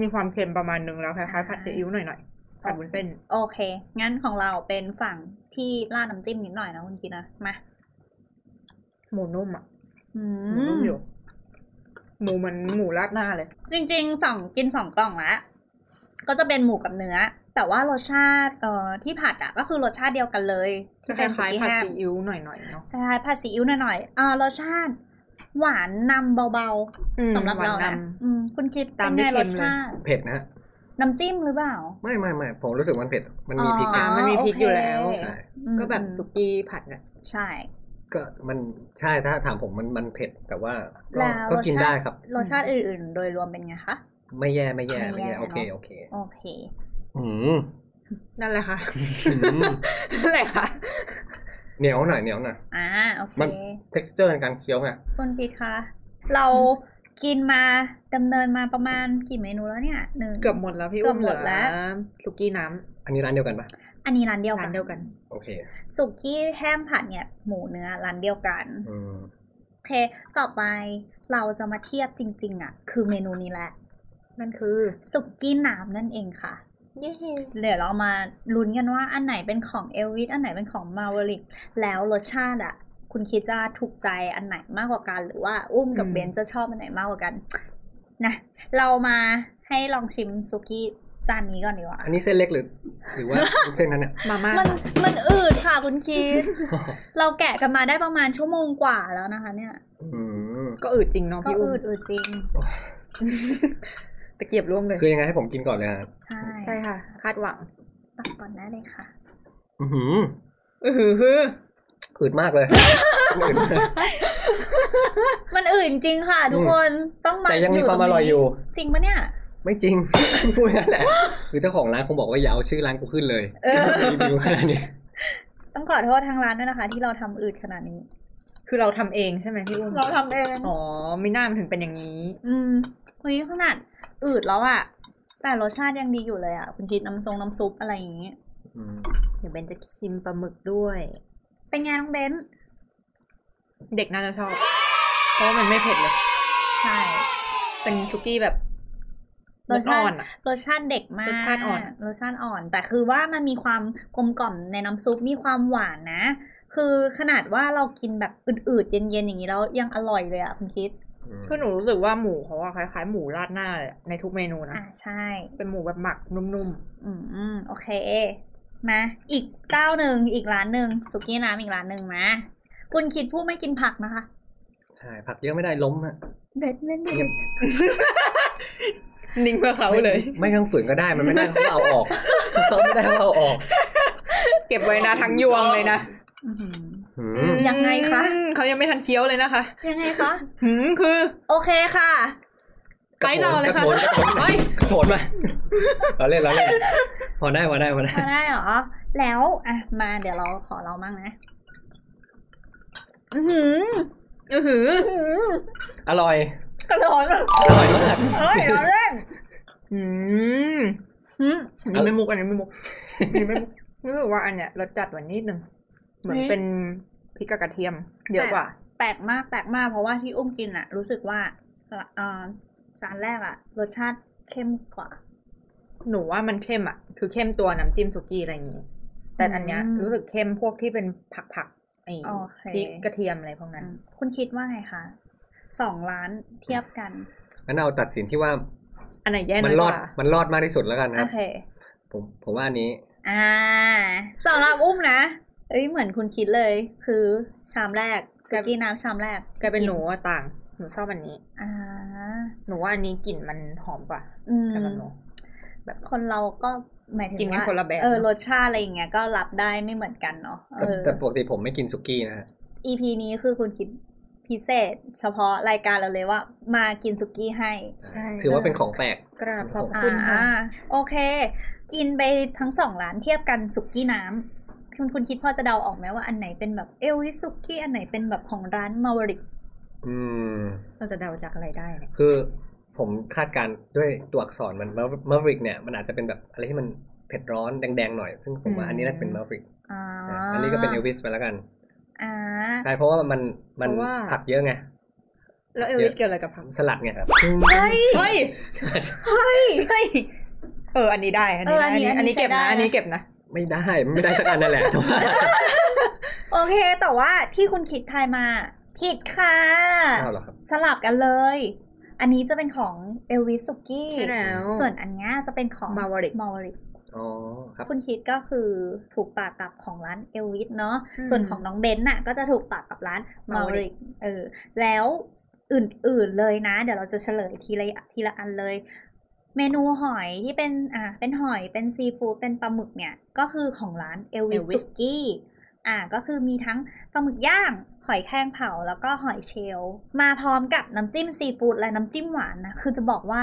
F: มีความเค็มประมาณนึงแล้วคล้ายๆผัดซีอิ๊วหน่อยๆผัดบุนเส้น
C: โอเค งั้นของเราเป็นฝั่งที่ราดน้ำจิ้มนิดหน่อยนะคุณกินนะ มา
F: หมูนุ่มอ่ะ
C: อื
F: หมูนุ่ม
C: ม
F: อยู่ หมูเหมือนหมูราดหน้าเลย
C: จริงๆสองกินสองกล่องละก็จะเป็นหมูกับเนื้อ แต่ว่ารสชาติเอ่อที่ผัดอ่ะ ก็คือรสชาติเดียวกันเลย
F: จะ
C: ที่
F: ค
C: เป็นสุ
F: ล้าย
C: กี้
F: ๆผัด
C: แห้ง
F: ซีอิ๊วหน่อยๆเนาะ
C: ใช่ผัดซีอิ๊วหน่อยๆเอ่อรสชาติ หวานนำเบา
F: อืม
C: ๆสำหรับเรา
F: หวน
C: นะ
F: นำ
C: อืมคุณคิด
F: ตาม
C: เป็น
F: ที่
C: ไง
F: เค็
C: ร
F: ม
C: ส
F: เลย
C: ชาติ
E: เผ็ดนะฮะ
C: น้ำจิ้มหรือเปล่า
E: ไม่ไม่ไม่ผมรู้สึกมันเผ็ด มันมีพริก
C: อ๋อ
E: นะ
F: อ่ะมันมีพริก
C: โอเค
F: อยู่แล้ว
E: ใช่
F: ก็แบบสุกี้ผัดอ่ะ
C: ใช่
E: ก็มันใช่ถ้าถามผมมันมันเผ็ดแต่ว่าก็
C: แล้ว
E: ก็กิน
C: รสชาติ
E: ได้ครับ
C: รสชาติอื่นๆ โดยรวมเป็นไงคะ
E: ไม่แย่ไม่แย่
C: ไม่
E: ไม่
C: แย่
E: แย่โอเค
C: เนอะ
E: โอเค
C: โอเค
E: อืม
F: นั่นแหละค่ะ
E: อืม
F: นั่นแหละค่ะ
E: เหนียวหน่อยเหนียวหน่อย
C: อ่าโอเค
E: มัน texture ในการเคี้ยวไง
C: คุณพีทคะเรากินมาดำเนินมาประมาณกี่เมนูแล้วเนี่ยหนึ่ง
F: เกือบหมดแล้วพี่
C: เกื
F: อุ้
C: อบ
F: ม
C: ห
F: เห
C: ม
F: ลื
C: ด
F: อ
C: แล้ว
F: สุกี้น้
E: อันนี้ร้านเดียวกันปะ
C: อันนี้ร้านเดียว
F: ำ
C: กั
F: ร้าน
C: น
F: เดียวกัน
E: โอเค
C: สุกี้แห้มผัดเนี่ยหมูเนื้อร้านเดียวกัน
E: อืม
C: โอเค ต่อไปเราจะมาเทียบจริง ๆ อ่ะ คือเมนูนี้แหละ
F: นั่นคือ
C: สุกี้น้ำนั่นเองค่ะ
F: เย้
C: เดี๋ยวเรามาลุ้นกันว่าอันไหนเป็นของเอลวิสอันไหนเป็นของมาวริก แล้วรสชาติอะคุณคิดจะถูกใจอันไหนมากกว่ากัน หรือว่าอุ้มกับเบนจะชอบอันไหนมากกว่ากันนะเรามาให้ลองชิมซุกี้จานนี้ก่อนดีกว่า
E: อันนี้เส้นเล็กหรือ หรือว่า เส้นนั้นเนี่ย
F: มาม่า
C: มันมันอืดค่ะคุณคิ ด เราแกะกันมาได้ประมาณชั่วโมงกว่าแล้วนะคะ เนี่ย
E: อืม
F: ก็อืดจริงเนาะ
C: ก็
F: พี่อุ้
C: อื
F: ม
C: ดอืดจริง
F: ตะเกียบล่วงเลย
E: คือยังไงให้ผมกินก่อนเลยฮะ
C: ใช่
F: ใช่ค่ะ คาดหวัง
C: ตักก่อนได้เลยค่ะ
E: อือหือ
F: อือหือ
E: อืดมากเลยอืดมาก
C: มันอืดจริงค่ะ ทุกคนต้องมา
E: แต่ยังมีความอร่อยอยู่
C: จริงปะเนี่ย
E: ไม่จริง พูดงั้นแหละคือเจ้าของร้านคงบอกว่าอย่าเอาชื่อร้านกูขึ้นเลย
C: เออ
E: รีวิวขนาดนี้
C: ต้องขอโทษทางร้านด้วยนะคะ ที่เราทำอืดขนาดนี้
F: คือเราทำเองใช่ไหมพี่อุ้ม
C: เราทำเอง
F: อ๋อไม่น่ามันถึงเป็นอย่างนี้
C: อืมเฮ้ยขนาดอืดแล้วอะแต่รสชาติยังดีอยู่เลยอะคุณคิดน้ำทรงน้ำซุปอะไรอย่างงี้
E: อืม
F: เดี๋ยวเบนจะชิมปลาหมึกด้วย
C: เป็นไงน้องเบน
F: เด็กน่าจะชอบ เพราะว่ามันไม่เผ็ดเลย
C: ใช่
F: เป็นซุกี้แบบ
C: ร
F: ร
C: ส
F: ส
C: ชา
F: อ่
C: ติ
F: อนอ่ะ
C: รสชาติเด็กมาก
F: รสชาติอ่อน
C: รสชาติอ่อน แต่คือว่ามันมีความกลมกล่อมในน้ำซุปมีความหวานนะ คือขนาดว่าเรากินแบบอืดๆเย็นๆอย่างนี้แล้วยังอร่อยเลยอะคุณคิด
E: อืม
F: คือหนูรู้สึกว่าหมูเขาอะคล้ายๆหมูราดหน้าเลยอะในทุกเมนูนะ
C: อ่าใช่
F: เป็นหมูแบบหมักนุ่ม
C: อืมโอเค มาอีกเจ้าหนึ่งอีกร้านหนึ่งสุกี้น้ำอีกร้านหนึ่งมาคุณคิดผู้ไม่กินผักนะคะ
E: ใช่ผักเยอะไม่ได้ล้มฮะ
C: เด็ดเล่นเด็ด
F: ๆ นิ่งเพื่อเขาเลย
E: ไม่ต้องฝืนก็ได้มันไม่ได้เขาเอาออกเขาไม่ได้เขาเอาออก
F: เก็บไว้นะทั้งยวงเลยนะ
E: อืม
C: ยังไงคะ
F: อืมเขายังไม่ทันเคี้ยวเลยนะคะ
C: ยังไงคะ
F: หืมคือ
C: โอเคค่ะ
F: ไปต่อเลยค่ะ
E: กรโถนกระโถนกระโถนมาเราเล่นเราเล่นพอได้พอได้พอได้
C: มาได้เหรอ แล้วอ่ะมาเดี๋ยวเราขอเรามั่งนะ อื้อหือ
F: อือหือ
C: อื้อหือ
E: อร่อย
C: กระโดด
E: อร่อยมาก
C: เอ้ยเราเล่น
F: อืม
C: หืม
F: อันนี้ไม่มุกอันนี้ไม่มุกอันนี้ไม่มุกรู้สึกว่าอันเนี้ยรสจัดกว่านิดนึงเหมือน
C: เฮ้ย
F: เป็นพริกกับกระเทียมเยอะกว่า
C: แปลกมากแปลกมากเพราะว่าที่อุ้มกินอะรู้สึกว่าเอ่อสารแรกอะรสชาติเข้มกว่า
F: หนูว่ามันเข้มอ่ะ คือเข้มตัวน้ำจิ้มสุกี้อะไรอย่างงี้ แต่อันเนี้ย
C: อืม
F: รู้สึกเข้มพวกที่เป็นผักผักๆไอ้
C: โอเค
F: พริกกระเทียมอะไรพวกนั้น
C: คุณคิดว่าไงคะสองร้านเทียบกัน
E: งั้นเอาตัดสินที่ว่า
F: อันไหนแย่
E: มั
F: น้
E: น
F: อย
E: ร
F: ก
E: อด
F: ว่า
E: มันรอดมากที่สุดแล้วกันค
C: โอ
E: รับ
C: เค
E: ผมผมว่าอันนี้
C: อ่าสำหรับอุ้มนะ เอ้ยเหมือนคุณคิดเลย คือชามแรกสุกี้น้ำชามแรก
F: กลายเป็นหนูอะต่าง หนูชอบอันนี้
C: อ่า
F: หนูว่าอันนี้กลิ่นมันหอมกว่า
C: อืม
F: สำหรับหนู
C: คนเราก็หมายถึง
F: กินกัน
C: ว่า
F: คนละแบบ
C: เออ
F: เนอะ
C: รสชาติอะไรอย่างเงี้ยก็รับได้ไม่เหมือนกันเนาะเอ
E: แต่
C: อ
E: แต่ปกติผมไม่กินสุกี้นะฮะ
C: EP นี้คือคุณคิดพิเศษ เฉพาะรายการเราเลยว่า มากินสุกี้ให้
F: ใช่
E: ถือว่าเป็นของแปลก
F: กราบขอบ
C: อ่า
F: คุณค่ะ
C: โอเค กินไปทั้งสองร้านเทียบกันสุกี้น้ำคุณคุณคิดพอจะเดาออกไหมว่าอันไหนเป็นแบบเอลวิสสุกี้อันไหนเป็นแบบของร้านมาวริก
E: อืม
F: เราจะเดาจากอะไรได้เนี่ย
E: คือผมคาดการณ์ด้วยตัวอักษรมันมาริกเนี่ย มันอาจจะเป็นแบบอะไรที่มันเผ็ดร้อนแดงๆหน่อย ซึ่งผมว่าอันนี้น่าจะเป็นมาริก
C: อ่า
E: อันนี้ก็เป็นเอลวิสไปแล้วกัน
C: อ่า
E: ใช่เพราะว่ามันมันผักเยอะไง
F: แล้วเอลวิสเกี่ยวอะไรกับผัก
E: สลัดไงครับ
F: เฮ้ย
C: เฮ้ยเฮ้ย
F: เอออันนี้ได้อันนี้ได้
C: เอออันนี้
F: อันนี้
C: อันนี้
F: อันนี้เก็บ
C: ใช้
F: นะ
C: ได้
F: อันนี้เก็บนะ
E: ไม่ได้ไม่ได้สักอันนั่นแห ละแต่ว่า
C: โอเค แต่ว่าที่คุณคิดทายมา ผิดค่ะ
E: เอาเหรอครับ
C: สลับกันเลย อันนี้จะเป็นของเอลวิสสุกี้
F: ใช่แล้ว
C: ส่วนอันเนี้ยจะเป็นของ
F: มาวริก
C: มาวริก
E: อ๋อครับ
C: คุณคิดก็คือถูกปากกับของร้านเอลวิสเนาะ
F: อืม
C: ส่วนของน้องเบนซ์น่ะก็จะถูกปากกับร้านมา
F: Maverick
C: ริกเออ แล้วอื่นๆเลยนะ เดี๋ยวเราจะเฉลยทีละทีละอันเลย เมนูหอยที่เป็นอ่าเป็นหอยเป็นซีฟู้ดเป็นปลาหมึกเนี่ย ก็คือของร้านเอลวิส
F: Elvis
C: สุกี้ อ่าก็คือมีทั้งปลาหมึกย่าง หอยแครงเผาแล้วก็หอยเชลล์มาพร้อมกับน้ำจิ้มซีฟู้ดและน้ำจิ้มหวานนะคือจะบอกว่า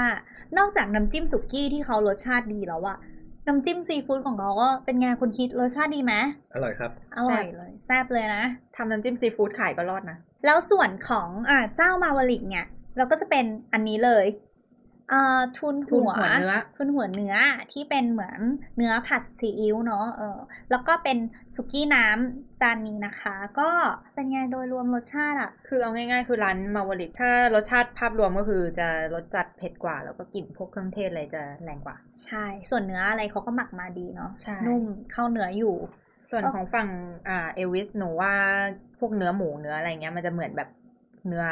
C: นอกจากน้ำจิ้มสุกี้ที่เขารสชาติดีแล้วอะน้ำจิ้มซีฟู้ดของเขาก็เป็นไงคุณคิดรสชาติดีไหม
E: อร่อยครับ
C: อร่อยเลยแซ่บเลยนะ
F: ทำน้ำจิ้มซีฟู้ดขายก็รอดนะ
C: แล้วส่วนของอ่าเจ้ามาวลิกเนี่ย เราก็จะเป็นอันนี้เลยอ่าทุน
F: ทุน
C: หัว
F: หัวเนื้อ
C: ทุนหัวเนื้อที่เป็นเหมือนเนื้อผัดซีอิ๊วเนาะเออ แล้วก็เป็นสุกี้น้ำจานนี้นะคะ ก็เป็นไงโดยรวมรสชาติอะ
F: คือเอาง่ายๆ คือร้านมาวลิกถ้ารสชาติภาพรวมก็คือจะรสจัดเผ็ดกว่า แล้วก็กลิ่นพวกเครื่องเทศอะไรจะแรงกว่า
C: ใช่ ส่วนเนื้ออะไรเขาก็หมักมาดีเนาะ
F: ใช่
C: นุ่มเข้าเนื้ออยู่
F: ส่วน
C: เอ้า
F: ของฝั่งอ่าเอวิสหนูว่าพวกเนื้อหมูเนื้ออะไรเงี้ยมันจะเหมือนแบบเนื้อ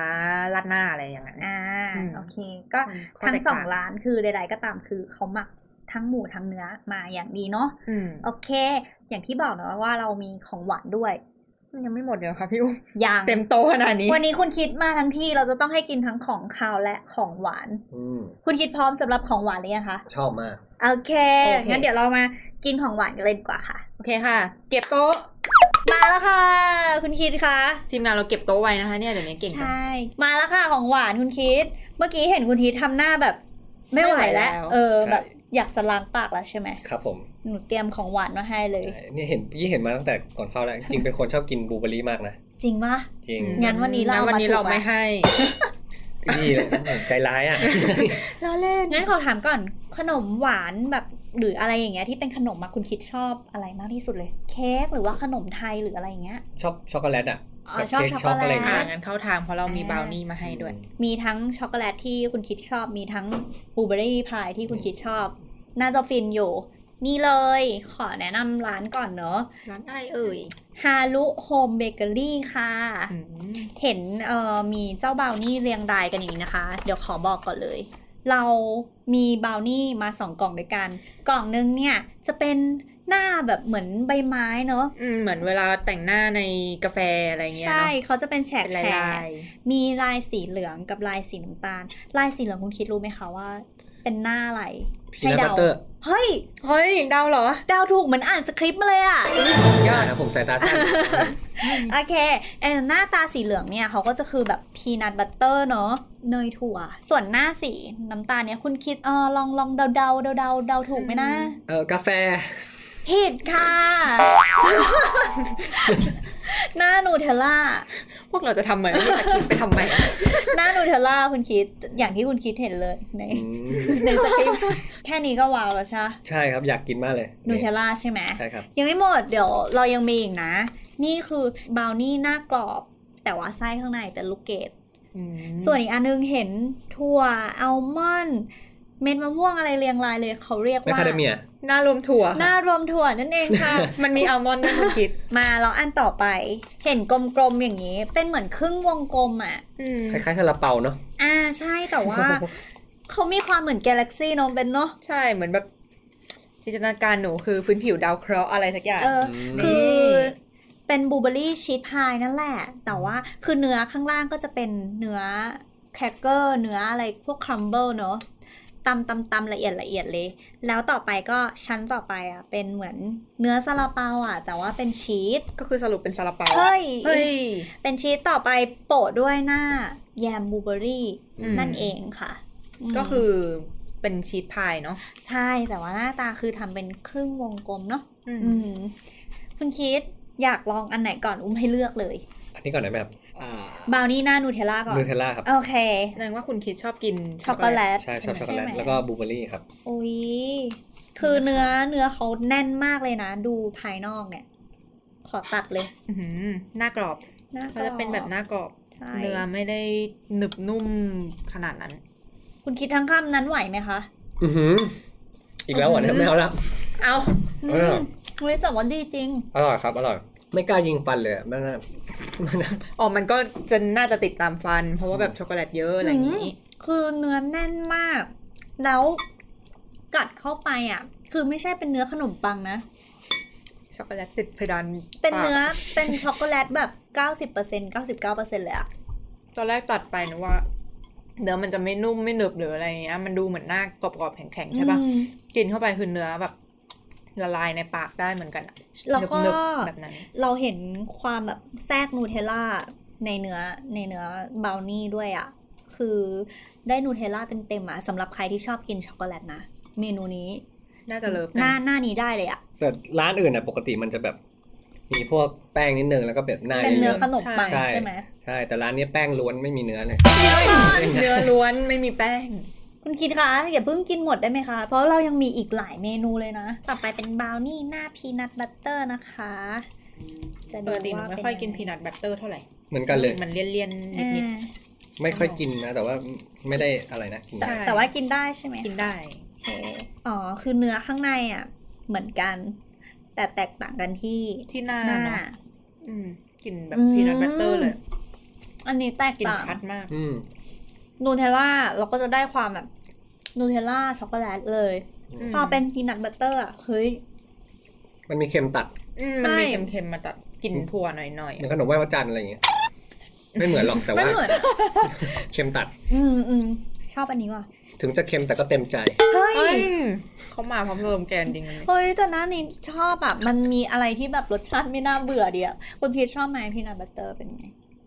F: ราดหน้าอะไรอย่างเงี้ย
C: อ่า
F: อืม
C: โอเค ก็
F: ข้อ
C: ทั้ง
F: แตก
C: สอง
F: ต่าง
C: ร้านคือใดๆก็ตามคือเขาหมักทั้งหมูทั้งเนื้อมาอย่างดีเนาะ
F: อืม
C: โอเค อย่างที่บอกเนอะว่าเรามีของหวานด้วย
F: ยังไม่หมดเดี๋ยวค่ะพี่อุ้ม
C: ยัง
F: เต็มโตะขนาดนี้
C: วันนี้คุณคิดมาทั้งที่เราจะต้องให้กินทั้งของคาวและของหวาน
E: อืม
C: คุณคิดพร้อมสำหรับของหวานหรือยังคะ
E: ชอบมาก
C: โอเค งั้นเดี๋ยวเรามากินของหวานกันเลยดีกว่าค่ะ
F: โอเคค่ะ เก็บโต๊ะ
C: มาแล้วค่ะ คุณคิดคะ
F: ทีมงานเราเก็บโต๊ะไว้นะคะเนี่ยเดี๋ยวนี้เก่งจัง
C: ใช่ มาแล้วค่ะของหวานคุณคิด เมื่อกี้เห็นคุณคิดทำหน้าแบบ ไม่ไหวแล้ว
F: ไม่ไหวแล้ว
C: เออแบบอยากจะล้างปากแล้วใช่ไหม
E: ครับผม
C: หนูเตรียมของหวานมาให้เลย
E: ใช่เนี่ยเห็นยี่เห็นมาตั้งแต่ก่อนเข้าแล้ว จริงๆเป็นคนชอบกินบลูเบอร์รี่มากนะ
C: จริงปะ
E: จริง
F: อืม
C: งั้นวันนี้เรา
F: งั้นวันนี้
C: เอา
F: เรา
C: มาถูกไว้
F: ไม่ให้
E: ดีใจร้ายอ่ะ
F: เราเล่น
C: งั้นขอถามก่อนขนมหวานแบบหรืออะไรอย่างเงี้ยที่เป็นขนมมาคุณคิดชอบอะไรมากที่สุดเลย เค้กหรือว่าขนมไทยหรืออะไรอย่างเงี้ย
E: ชอบช็อกโกแลตอ่ะ
C: อ๋อชอบ
E: เค้ก
C: ช็อกโกแลต
E: ะไรย่าง
F: อ่า
E: เงี้ย
F: งั้นเข้าทางเพราะเรามีบราวนี่มาให้ด้วย
C: มีทั้งช็อกโกแลตที่คุณคิดชอบ มีทั้งบลูเบอร์รี่พายที่คุณคิดชอบ น่าจะฟินอยู่ นี่เลยขอแนะนำร้านก่อนเนอะ
F: ร้านอะไรเอ่ย
C: ฮารุโฮมเบเกอรี่ค่ะ เห็นเอ่อมีเจ้าบราวนี่เรียงรายกันอย่างนี้นะคะ เดี๋ยวขอบอกก่อนเลย เรามีบราวนี่มาสองกล่องด้วยกัน กล่องนึงเนี่ยจะเป็นหน้าแบบเหมือนใบไม้เนอะ
F: อืมเหมือนเวลาแต่งหน้าในกาแฟอะไรเงี้ย
C: ใช่
F: เนาะ
C: เขาจะเป็นแฉก
F: เป็นลา
C: แฉก
F: ย
C: มีลายสีเหลืองกับลายสีน้ำตาล ลายสีเหลืองคุณคิดรู้ไหมคะว่า เป็นหน้าอะไร
E: พีนัทบัตเตอร์
C: เฮ้ย
F: ๆเฮ้ยเดาเหรอ
C: เดาวถูกเหมือนอ่านสคริปต์มาเลยอะ
E: ยอดนะผมสายตา สั้น
C: โอเคเอ่อหน้าตาสีเหลืองเนี่ยเขาก็จะคือแบบพีนัทบัตเตอร์เนาะเนยถั่ว ส่วนหน้าสีน้ำตาลเนี่ยคุณคิดเออลองลองเดาเดาเดาเดาเดาถูกไหมนะ
F: อืม
E: เออกาแฟ
C: ผิดค่ะ หน้านูเทลล่า
F: พวกเราจะทำเหมือนที่ตะคิดไปทำไม
C: หน้านูเทลล่าคุณคิดอย่างที่คุณคิดเห็นเลยใน
E: อืม
C: ในสคริปต์ แค่นี้ก็ว้าวแล้วใช่ปะ
E: ใช่ครับอยากกินมากเลย
C: นูเทลล่าใช่ไหม
E: ใช่ครับ
C: ยังไม่หมดเดี๋ยวเรายังมีอีกนะ นี่คือบราวนี่หน้ากรอบ แต่ว่าไส้ข้างในเป็นลูกเกด ส่วนอีกอันนึงเห็นถั่วอัลมอนด์เม็ดมะม่วงอะไรเรียงรายเลยเขาเรียก
E: แมค
C: ว่า
E: คาเดเมีย
F: หน้ารวมถั่ว
C: หน้ารวมถั่วนั่นเอง ค่ะ
F: มันมีอัลมอนด์ด้วยคุณคิด
C: มาแล้วอันต่อไป เห็นกลมๆอย่างนี้ เป็นเหมือนครึ่งวงกลมอ่ะ
F: อืม
E: คล้ายๆซาลาเปาเนาะ
C: อ่าใช่แต่ว่า เขามีความเหมือนกาแล็กซี่เนอะเป็นเนาะ
F: ใช่เหมือนแบบจินตนาการหนูคือพื้นผิวดาวเคราะห์อะไรสักอย่าง
C: เออ
E: ม
C: คือเป็นบลูเบอร์รี่ชีสพายนั่นแหละ แต่ว่าคือเนื้อข้างล่างก็จะเป็นเนื้อแครกเกอร์ เนื้ออะไรพวกครัมเบิลเนอะตำตำตำละเอียดละเอียดเลย แล้วต่อไปก็ชั้นต่อไปอ่ะ เป็นเหมือนเนื้อซาลาเปาอ่ะ แต่ว่าเป็นชีส
F: ก็คือสรุปเป็นซาลาเปา
C: เฮ้ย
F: เฮ้ย
C: เป็นชีสต่อไปโปะด้วยหน้าแยมบลูเบอร์รี่
F: อืม
C: นั่นเองค่ะม
F: ก็คือเป็นชีสพายเนาะ
C: ใช่แต่ว่าหน้าตาคือทำเป็นครึ่งวงกลมเนาะ
F: อืม
C: อืมคุณคิดอยากลองอันไหนก่อนอุ้มให้เลือกเลย
E: อันนี้ก่อนได้ไหมครับอ่า
C: บราวนี่หน้านูเทลล่าก่อน
E: นูเทลล่าครับ
C: โอเค
F: แสดงว่าคุณคิดชอบกิน
C: ช็อกโกแลต
E: ใช่ชอบช็อกโกแลต
C: ใไหม
E: แล้วก็บลูเบอร์รี่ครับ
C: อุ้ยคือเนื้อเนื้อเขาแน่นมากเลยนะ ดูภายนอกเนี่ย ขอตัดเลย
F: อื้อหือหน้ากรอบเขาจะเป็นแบบหน้ากรอบ
C: ใช่
F: เนื้อไม่ได้หนึบนุ่มขนาดนั้น
C: คุณคิดทั้งคำนั้นไหวไหมคะ
E: อือหือ อีกแล้วเหรอเนี่ยไม่เอาละ
F: เอา
E: เออ
C: มเฮ้ยแต่ว่าดีจริง
E: อร่อยครับ อร่อย ไม่กล้ายิงฟันเลยอะมันน่ะมันน่ะ
F: อ๋อมันก็จะน่าจะติดตามฟัน เพราะว่าแบบช็อกโกแลตเยอะอะไรอย่างนี้
C: คือเนื้อแน่นมาก แล้วกัดเข้าไปอ่ะ คือไม่ใช่เป็นเนื้อขนมปังนะ
F: ช็อกโกแลตติดเพดาน
C: เป็นเนื้อ
F: ปาก
C: เป็นช็อกโกแลตแบบ 90% 99%เลยอ่ะ
F: ตอนแรกตัดไปนะว่า เนื้อมันจะไม่นุ่มไม่หนึบหรืออะไรอย่างเงี้ย มันดูเหมือนหน้ากรอบๆแข็งๆใช่ปะ
C: อืม
F: กินเข้าไปคือเนื้อแบบ ละลายในปากได้เหมือนกันอะ
C: แล้วก็
F: หนึบๆแบบนั้น
C: เราเห็นความแบบแทรกนูเทลล่าในเนื้อในเนื้อเบลนี่ด้วยอะ่ะ คือได้นูเทลล่าเต็มๆอะ่ะสำหรับใครที่ชอบกินช็อกโกแลตนะ เมนูนี้
F: น่าจะเลิฟ
C: ห
F: กั
C: น้าน หน้านี้ได้เลยอะ่ะ
E: แต่ร้านอื่นอ่ะปกติมันจะแบบ มีพวกแป้งนิดนึงแล้วก็แบบหน้า
C: เป็นเนื้อขนมปัง
E: ใช่
C: ใช่ไหม
E: ใช่ แต่ร้านเนี้ยแป้งล้วนไม่มีเนื้อเลย
F: เนื้อล้วนไม่มีแป้ง
C: คุณคิดคะ อย่าเพิ่งกินหมดได้ไหมคะ เพราะเรายังมีอีกหลายเมนูเลยนะ ต่อไปเป็นบราวนี่หน้าพีนัทบัตเตอร์นะคะ จะ
F: เอ
C: ดู
F: อดิน
C: ว่า
F: ไม่
C: เป็
F: ค่อยกินพีนัทบัตเตอร์เท่าไหร่
E: เหมือนกันเลย
F: มันเลี่ยนๆ
C: อ่
F: นิด
C: า
E: ไม่ค่อยกินนะ แต่ว่าไม่ได้อะไรนะกิน
F: ใช่
E: ได้
C: แต่ว่ากินได้ใช่ไหม
F: ๆ กินได้
C: อ๋อ คือเนื้อข้างในอ่ะ เหมือนกัน แต่แตกต่างกันที่
F: ที่หน้า
C: หน้า
F: เนาะอืมกลินแบบ
C: อืม
F: พีนัทบัตเตอร์เลย
C: อันนี้แตก
F: กิน
C: ต่าง
F: ชัดมาก
E: อืม
C: นูเทลล่าเราก็จะได้ความแบบนูเทลล่าช็อกโกแลตเลย
F: อืม
C: พอเป็นพีนัทบัตเตอร์อ่ะ เฮ้ย
E: มันมีเค็มตัด
F: อืม
C: ใช่
F: มันมีเค็มๆมาตัดกลิ่นถั่วหน่อย
E: เหมือนขนมไหว้พระจันทร์อะไรอย่างเงี้ย ไม่เหมือนหรอกแต่
C: ไม่
E: ว่า
C: เหมือน
E: เค็มตัด
C: อืมอืมชอบอันนี้ว่ะ
E: ถึงจะเค็มแต่ก็เต็มใจ
C: เฮ้
F: ๆเอ้
C: ย
F: ยเขามาพร้อมกับลมแกนจริงๆอันนี้
C: เฮ้ยแต่หน้านี้ชอบแบบมันมีอะไรที่แบบรสชาติไม่น่าเบื่อดีอ่ะคุณพีชชอบไหมพีนัทบัตเตอร์เป็นไง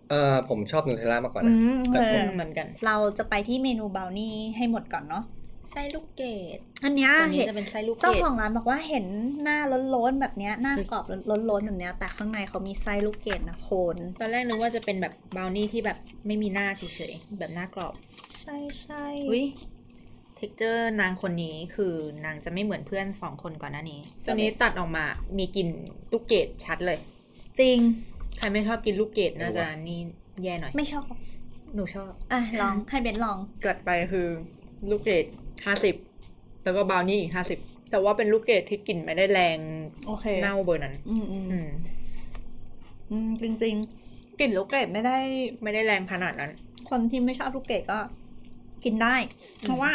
E: เออผมชอบนูเทลล่ามากกว่า
C: อื
E: นะ
C: มเอ
E: แต่
C: อ
F: เหมือนกัน
C: เราจะไปที่เมนูบราวนี่ให้หมดก่อนเนาะ
F: ไส้ลูกเกด
C: อันเนี้ย
F: ตัวนี้
C: เห็น
F: จะเป็นไส้ลูกเก
C: เจ้า
F: ด
C: ของร้านบอกว่าเห็นหน้าล้นๆแบบเนี้ยหน้ากรอบล้นๆแบบเนี้ยแต่ข้างในเขามีไส้ลูกเกดนะโคน
F: ตอนแรกนึกว่าจะเป็นแบบบราวนี่ที่แบบไม่มีหน้าเฉยๆ แบบหน้ากรอบ
C: ใช่ใช่
F: อุ้ยเท็กเจอร์นางคนนี้คือนางจะไม่เหมือนเพื่อนสองคนก่อนหน้านี้เจ้านี้ตัดออกมามีกลิ่นลูกเกดชัดเลย
C: จริง
F: ใครไม่ชอบกินลูกเกดน่าจะ
E: ไม่รู้ว่ะ
F: นี่แย่หน่อย
C: ไม่ชอบ
F: หนูชอบ
C: อ่ะลอง ให้เบนลอง
F: เกิดไปคือลูกเกดห้าสิบแล้วก็บราวนี่อีกห้าสิบแต่ว่าเป็นลูกเกดที่กลิ่นไม่ได้แรง
C: โอเค
F: เน่าเบอร์นั้น
C: อืมอืม
F: อืม
C: อืมจริงๆกลิ่นลูกเกดไม่ได้
F: ไม่ได้แรงขนาดนั้น
C: คนที่ไม่ชอบลูกเกดก็ กินได้ เพราะว่า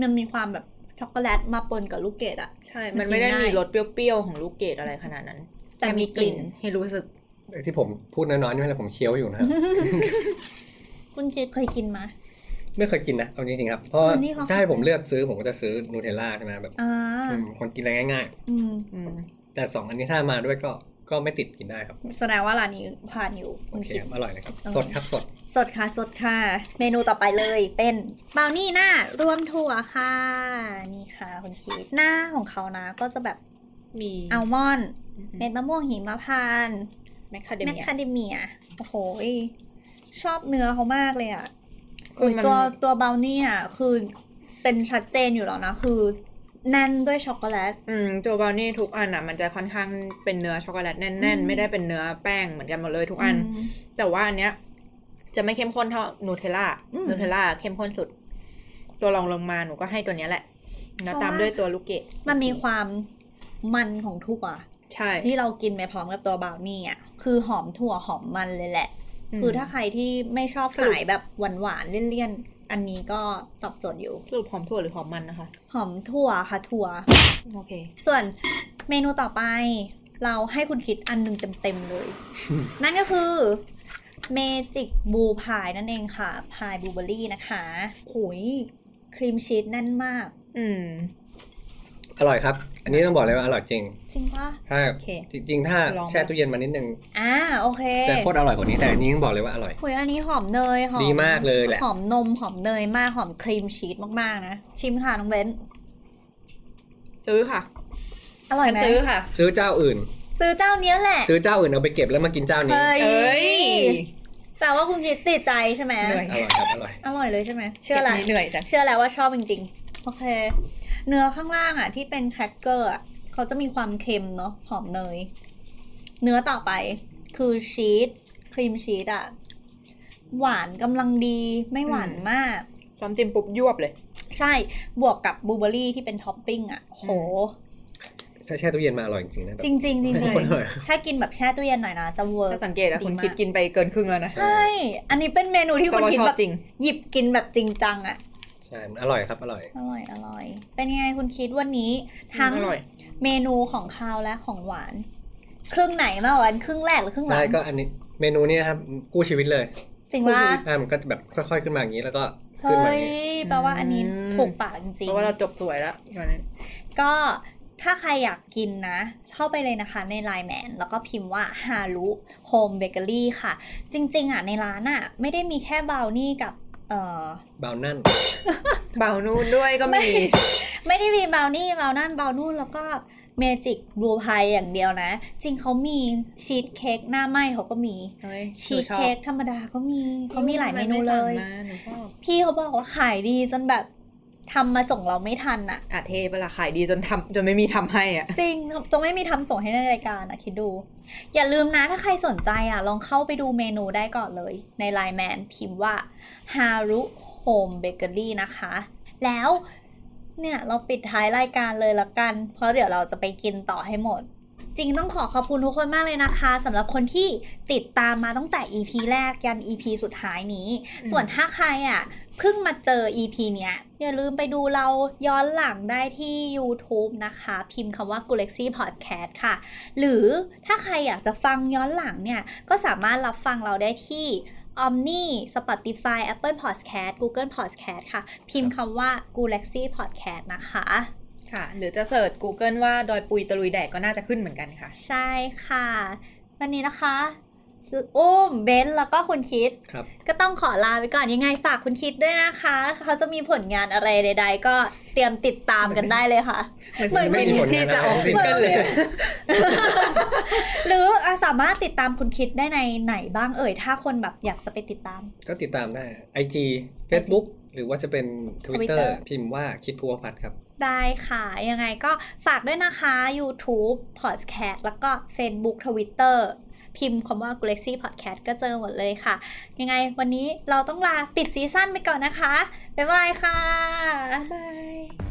C: มันมีความแบบช็อกโกแลตมาปนกับลูกเกดอะ
F: ใช่
C: มั
F: มัน
C: กิน
F: นไม่ได้
C: ง่าย
F: มีรสเปรี้ยวๆของลูกเกดอะไรขนาดนั้น
C: แต่
F: แต่
C: มี
F: มี
C: ก
F: ก
C: ลิ่
F: ลิ่
C: น
F: นให้รู้สึก
E: ไอ้ที่ผมพูดน้อยๆนี่ไม่แหละผมเคี้ยวอยู่นะครับ
C: คุณคิดเคยกินมา
E: ไม่เคยกินนะเอาจริงๆครับ เพราะ
C: คนที่เขา
E: ถ้าให้ผมเลือกซื้อผมก็จะซื้อนูเทลล่าใช่ไหมแบบ
C: อ่า
E: อืมคนกินอะไรง่าย
C: อืม
F: อืม
E: ๆ แต่สองอันนี้ถ้ามาด้วยก็ก็ไม่ติดกินได้ครับ
C: แสดงว่าร้านนี้ผ่านอยู่
E: โอ
C: คุณ
E: เค
C: คิด
E: ครับอร่อยเลยครับ
C: เออ
E: สดครับสด
C: สดค่ะ สดค่ะ เมนูต่อไปเลยเป็นบราวนี่หน้ารวมถั่วค่ะ นี่ค่ะคุณชีสหน้าของเขานะ ก็จะแบบ
F: มี
C: อัลมอนด์เม็
F: เม็ด
C: ดมะม่วงหิมพานต์
F: แมคคาเด
C: แมค
F: เมีย
C: คาเดเมียโอ้โหยชอบเนื้อเขามากเลยอะ่ะ
F: คือมัน
C: ตัวตัวบราวนี่อ่ะคือเป็นชัดเจนอยู่แล้วนะ คือแน่นด้วยช็อกโกแลต
F: อืมโจบราวนี่ทุกอันอ่ะ มันจะค่อนข้างเป็นเนื้อช็อกโกแลต
C: อื
F: แน่น
C: ม
F: ๆ ไม่ได้เป็นเนื้อแป้งเหมือนกันหมดเลยทุกอัน
C: ม
F: แต่ว่าอันเนี้ย จะไม่เข้มข้นเท่านูเทลล่า
C: อืม
F: นูเทลล่าเข้มข้นสุด ตัวรองลงมาหนูก็ให้ตัวเนี้ยแหละแล้ว
C: เพราะว่า
F: ตามด้วยตัวลูกเกด
C: มันมีความมันของถั่ว
F: ใช่
C: ที่เรากินไปพร้อมกับตัวบราวนี่อ่ะคือหอมถั่วหอมมันเลยแหละ
F: ม
C: คือถ้าใครที่ไม่ชอบ
F: สรุป
C: สายแบบหวานๆเลี่ยนๆ อันนี้ก็ตอบโจทย์อยู่
F: สรุปหอมถั่วหรือหอมมันนะคะ
C: หอมถั่วค่ะถั่ว
F: โอเค
C: ส่วนเมนูต่อไปเราให้คุณคิดอันหนึ่งเต็ม ๆเลย นั่นก็คือเมจิกบูพายนั่นเองค่ะพายบลูเบอรี่นะคะหุยครีมชีสแน่นมาก
F: อืม
E: อร่อยครับ อันนี้ต้องบอกเลยว่าอร่อยจริง
C: จริงปะ
E: ถ้า
F: โอเค
E: จริง ๆ ถ้า
F: ลอง
E: แช่
F: ไหม
E: ตู้เย็นมานิดนึง
C: อ่าโอเค
E: จะโคตรอร่อยกว่านี้แต่อันนี้ต้องบอกเลยว่าอร่อย
C: หุยอันนี้หอมเนยหอม
E: ดีมากเลยแหละ
C: หอมนมหอมเนยมากหอมครีมชีสมากๆนะชิมค่ะน้องเบนซ์
F: ซื้อค่ะ
C: อร่อย
F: ฉัน
C: ไหม
F: ซื้อค่ะ
E: ซื้อเจ้าอื่น
C: ซื้อเจ้าเนี้ยแหละ
E: ซื้อเจ้าอื่นเอาไปเก็บแล้วมากินเจ้านี้
C: เฮ้ย
F: เอ้ย
C: แปลว่าคุณคิดติดใจใช่ไหม
F: เหนื่อย
E: อร่อยครับอร่อย
C: อร่อยเลยใช่ไหม เชื่อแล้ว
F: ทปนี้เหนื่อยจัง
C: เชื่อแล้วว่าชอบจริงๆ โอเค เนื้อข้างล่างอ่ะ ที่เป็นแครกเกอร์อ่ะเขาจะมีความเค็มเนาะหอมเนย เนื้อต่อไปคือชีสครีมชีสอ่ะ หวานกำลังดีไม่หวาน
F: อืม
C: มาก
F: ซ้อมจิ้มปุ๊บยวบเลย
C: ใช่บวกกับบลูเบอร์รี่ที่เป็นท็อปปิ้งอ่ะโห
F: อื
E: ถ้าแช่ตู้เย็นมาอร่อยจริงๆนะแบบ
C: จริงๆจริง
E: โคตรอร่อย
C: ๆถ้ากินแบบแช่ตู้เย็นหน่อยนะจะเวิร์ก
F: ถ้าสังเกตอะ
C: ดี
F: คุณ
C: มาก
F: คิดกินไปเกินครึ่งแล้วนะ
E: ใช่
C: ใช่ อันนี้เป็นเมนูที่คุ
F: แต่
C: ณ
F: ว่า
C: คิด
F: ชอบ
C: แบบ
F: จริง
C: หยิบกินแบบจริงจังอ่ะ
E: ใช่มันอร่อยครับอร่อย
C: อร่อยอร่อย เป็นยังไงคุณคิดวันนี้ทั้ง
F: อร่อย
C: เมนูของคาวและของหวาน ครึ่งไหนมากกว่ากันครึ่งแรกหรือครึ่งหลัง
E: ได้ก็อันนี้เมนูเนี้ครับกู้ชีวิตเลย
C: จริงว่า
E: อ่ามันก็แบบค่อยๆขึ้นมาอย่างนี้แล้วก็ขึ้นมา
C: เฮ้
E: อย ย่างนี้
C: แปลว่าอันนี้
F: อืม
C: ถูกปากจริ
F: เพ
C: ง
F: ราะว่าเราจบสวยแล้ววันนี้
C: ๆก็ ถ้าใครอยากกินนะ เข้าไปเลยนะคะใน Line Man แล้วก็พิมพ์ว่าฮารุโฮมเบเกอรี่ค่ะ จริงๆอ่ะในร้านอ่ะ ไม่ได้มีแค่บราวนี่กับเอ่อ
E: บาวนั่น
F: เบานูนด้วยก็
C: ไม่
F: มี
C: ไม่ได้มีบราวนี่บราวนั่นบราวนู่นแล้วก็เมจิกบลูพายอย่างเดียวนะ จริงเขามีชีสเค้กหน้าไหม้เขาก็มี
F: เฮ้ย
C: ชีส
F: หนูอบ
C: เค้กธรรมดาก็มีเขามีหลายเมนูเลย
F: ทำไมไม่สั่งมาหนูชอบ
C: พี่เขาบอกว่าขายดีจนแบบทำมาส่งเราไม่ทันอะ
F: อ่ะเทเวลาขายดีจนทำจนไม่มีทำให้อ่ะ
C: จริงตรงไม่มีทำส่งให้ในรายการอะคิดดู อย่าลืมนะถ้าใครสนใจอะลองเข้าไปดูเมนูได้ก่อนเลยใน Line Man พิมพ์ว่า Haru Home Bakery นะคะ แล้วเนี่ยเราปิดท้ายรายการเลยละกัน เพราะเดี๋ยวเราจะไปกินต่อให้หมด จริงต้องขอขอบคุณทุกคนมากเลยนะคะสำหรับคนที่ติดตามมาตั้งแต่ EP แรกยัน EP สุดท้ายนี้
F: อืม
C: ส่วนถ้าใครอ่ะเพิ่งมาเจอ EP เนี้ย อย่าลืมไปดูเราย้อนหลังได้ที่ YouTube นะคะ พิมพ์คำว่า g u l e x y Podcast ค่ะ หรือถ้าใครอยากจะฟังย้อนหลังเนี่ย ก็สามารถรับฟังเราได้ที่ Omni Spotify Apple Podcast Google Podcast ค่ะ พิมพ์คำว่า g u l e x y Podcast นะคะ
F: ค่ะ หรือจะเสิร์ช Google ว่าดอยปุยตะลุยแดดก็น่าจะขึ้นเหมือนกันค่ะ
C: ใช่ค่ะ วันนี้นะคะอุ้มเบนซ์แล้วก็คุณคิด
E: ครับ
C: ก็ต้องขอลาไปก่อนยังไงฝากคุณคิดด้วยนะคะ เขาจะมีผลงานอะไรใด ๆ ก็เตรียมติดตามกันได้เลยค่ะ
F: เหมือน
E: ไม่
F: ไม่
E: มี
F: มี
E: ผลงาน
F: ที่จะออก
E: อะไร
F: ซิงเกิลเลย
C: หรืออ่ะสามารถติดตามคุณคิดได้ในไหนบ้างเอ่ย ถ้าคนแบบอยากจะไปติดตาม
E: ก็ติดตามได้ IG Facebook หรือว่าจะเป็น Twitter
C: Twitter
E: พิมพ์ว่าคิดพัวพัดครับ
C: ได้ค่ะ ยังไงก็ฝากด้วยนะคะ YouTube Podcast แล้วก็ Facebook Twitter พิมพ์คำว่า g l a c y Podcast ก็เจอหมดเลยค่ะ ยังไงวันนี้เราต้องลาปิดซีซั่นไปก่อนนะคะ บ๊ายบายค่ะ บ๊ายบาย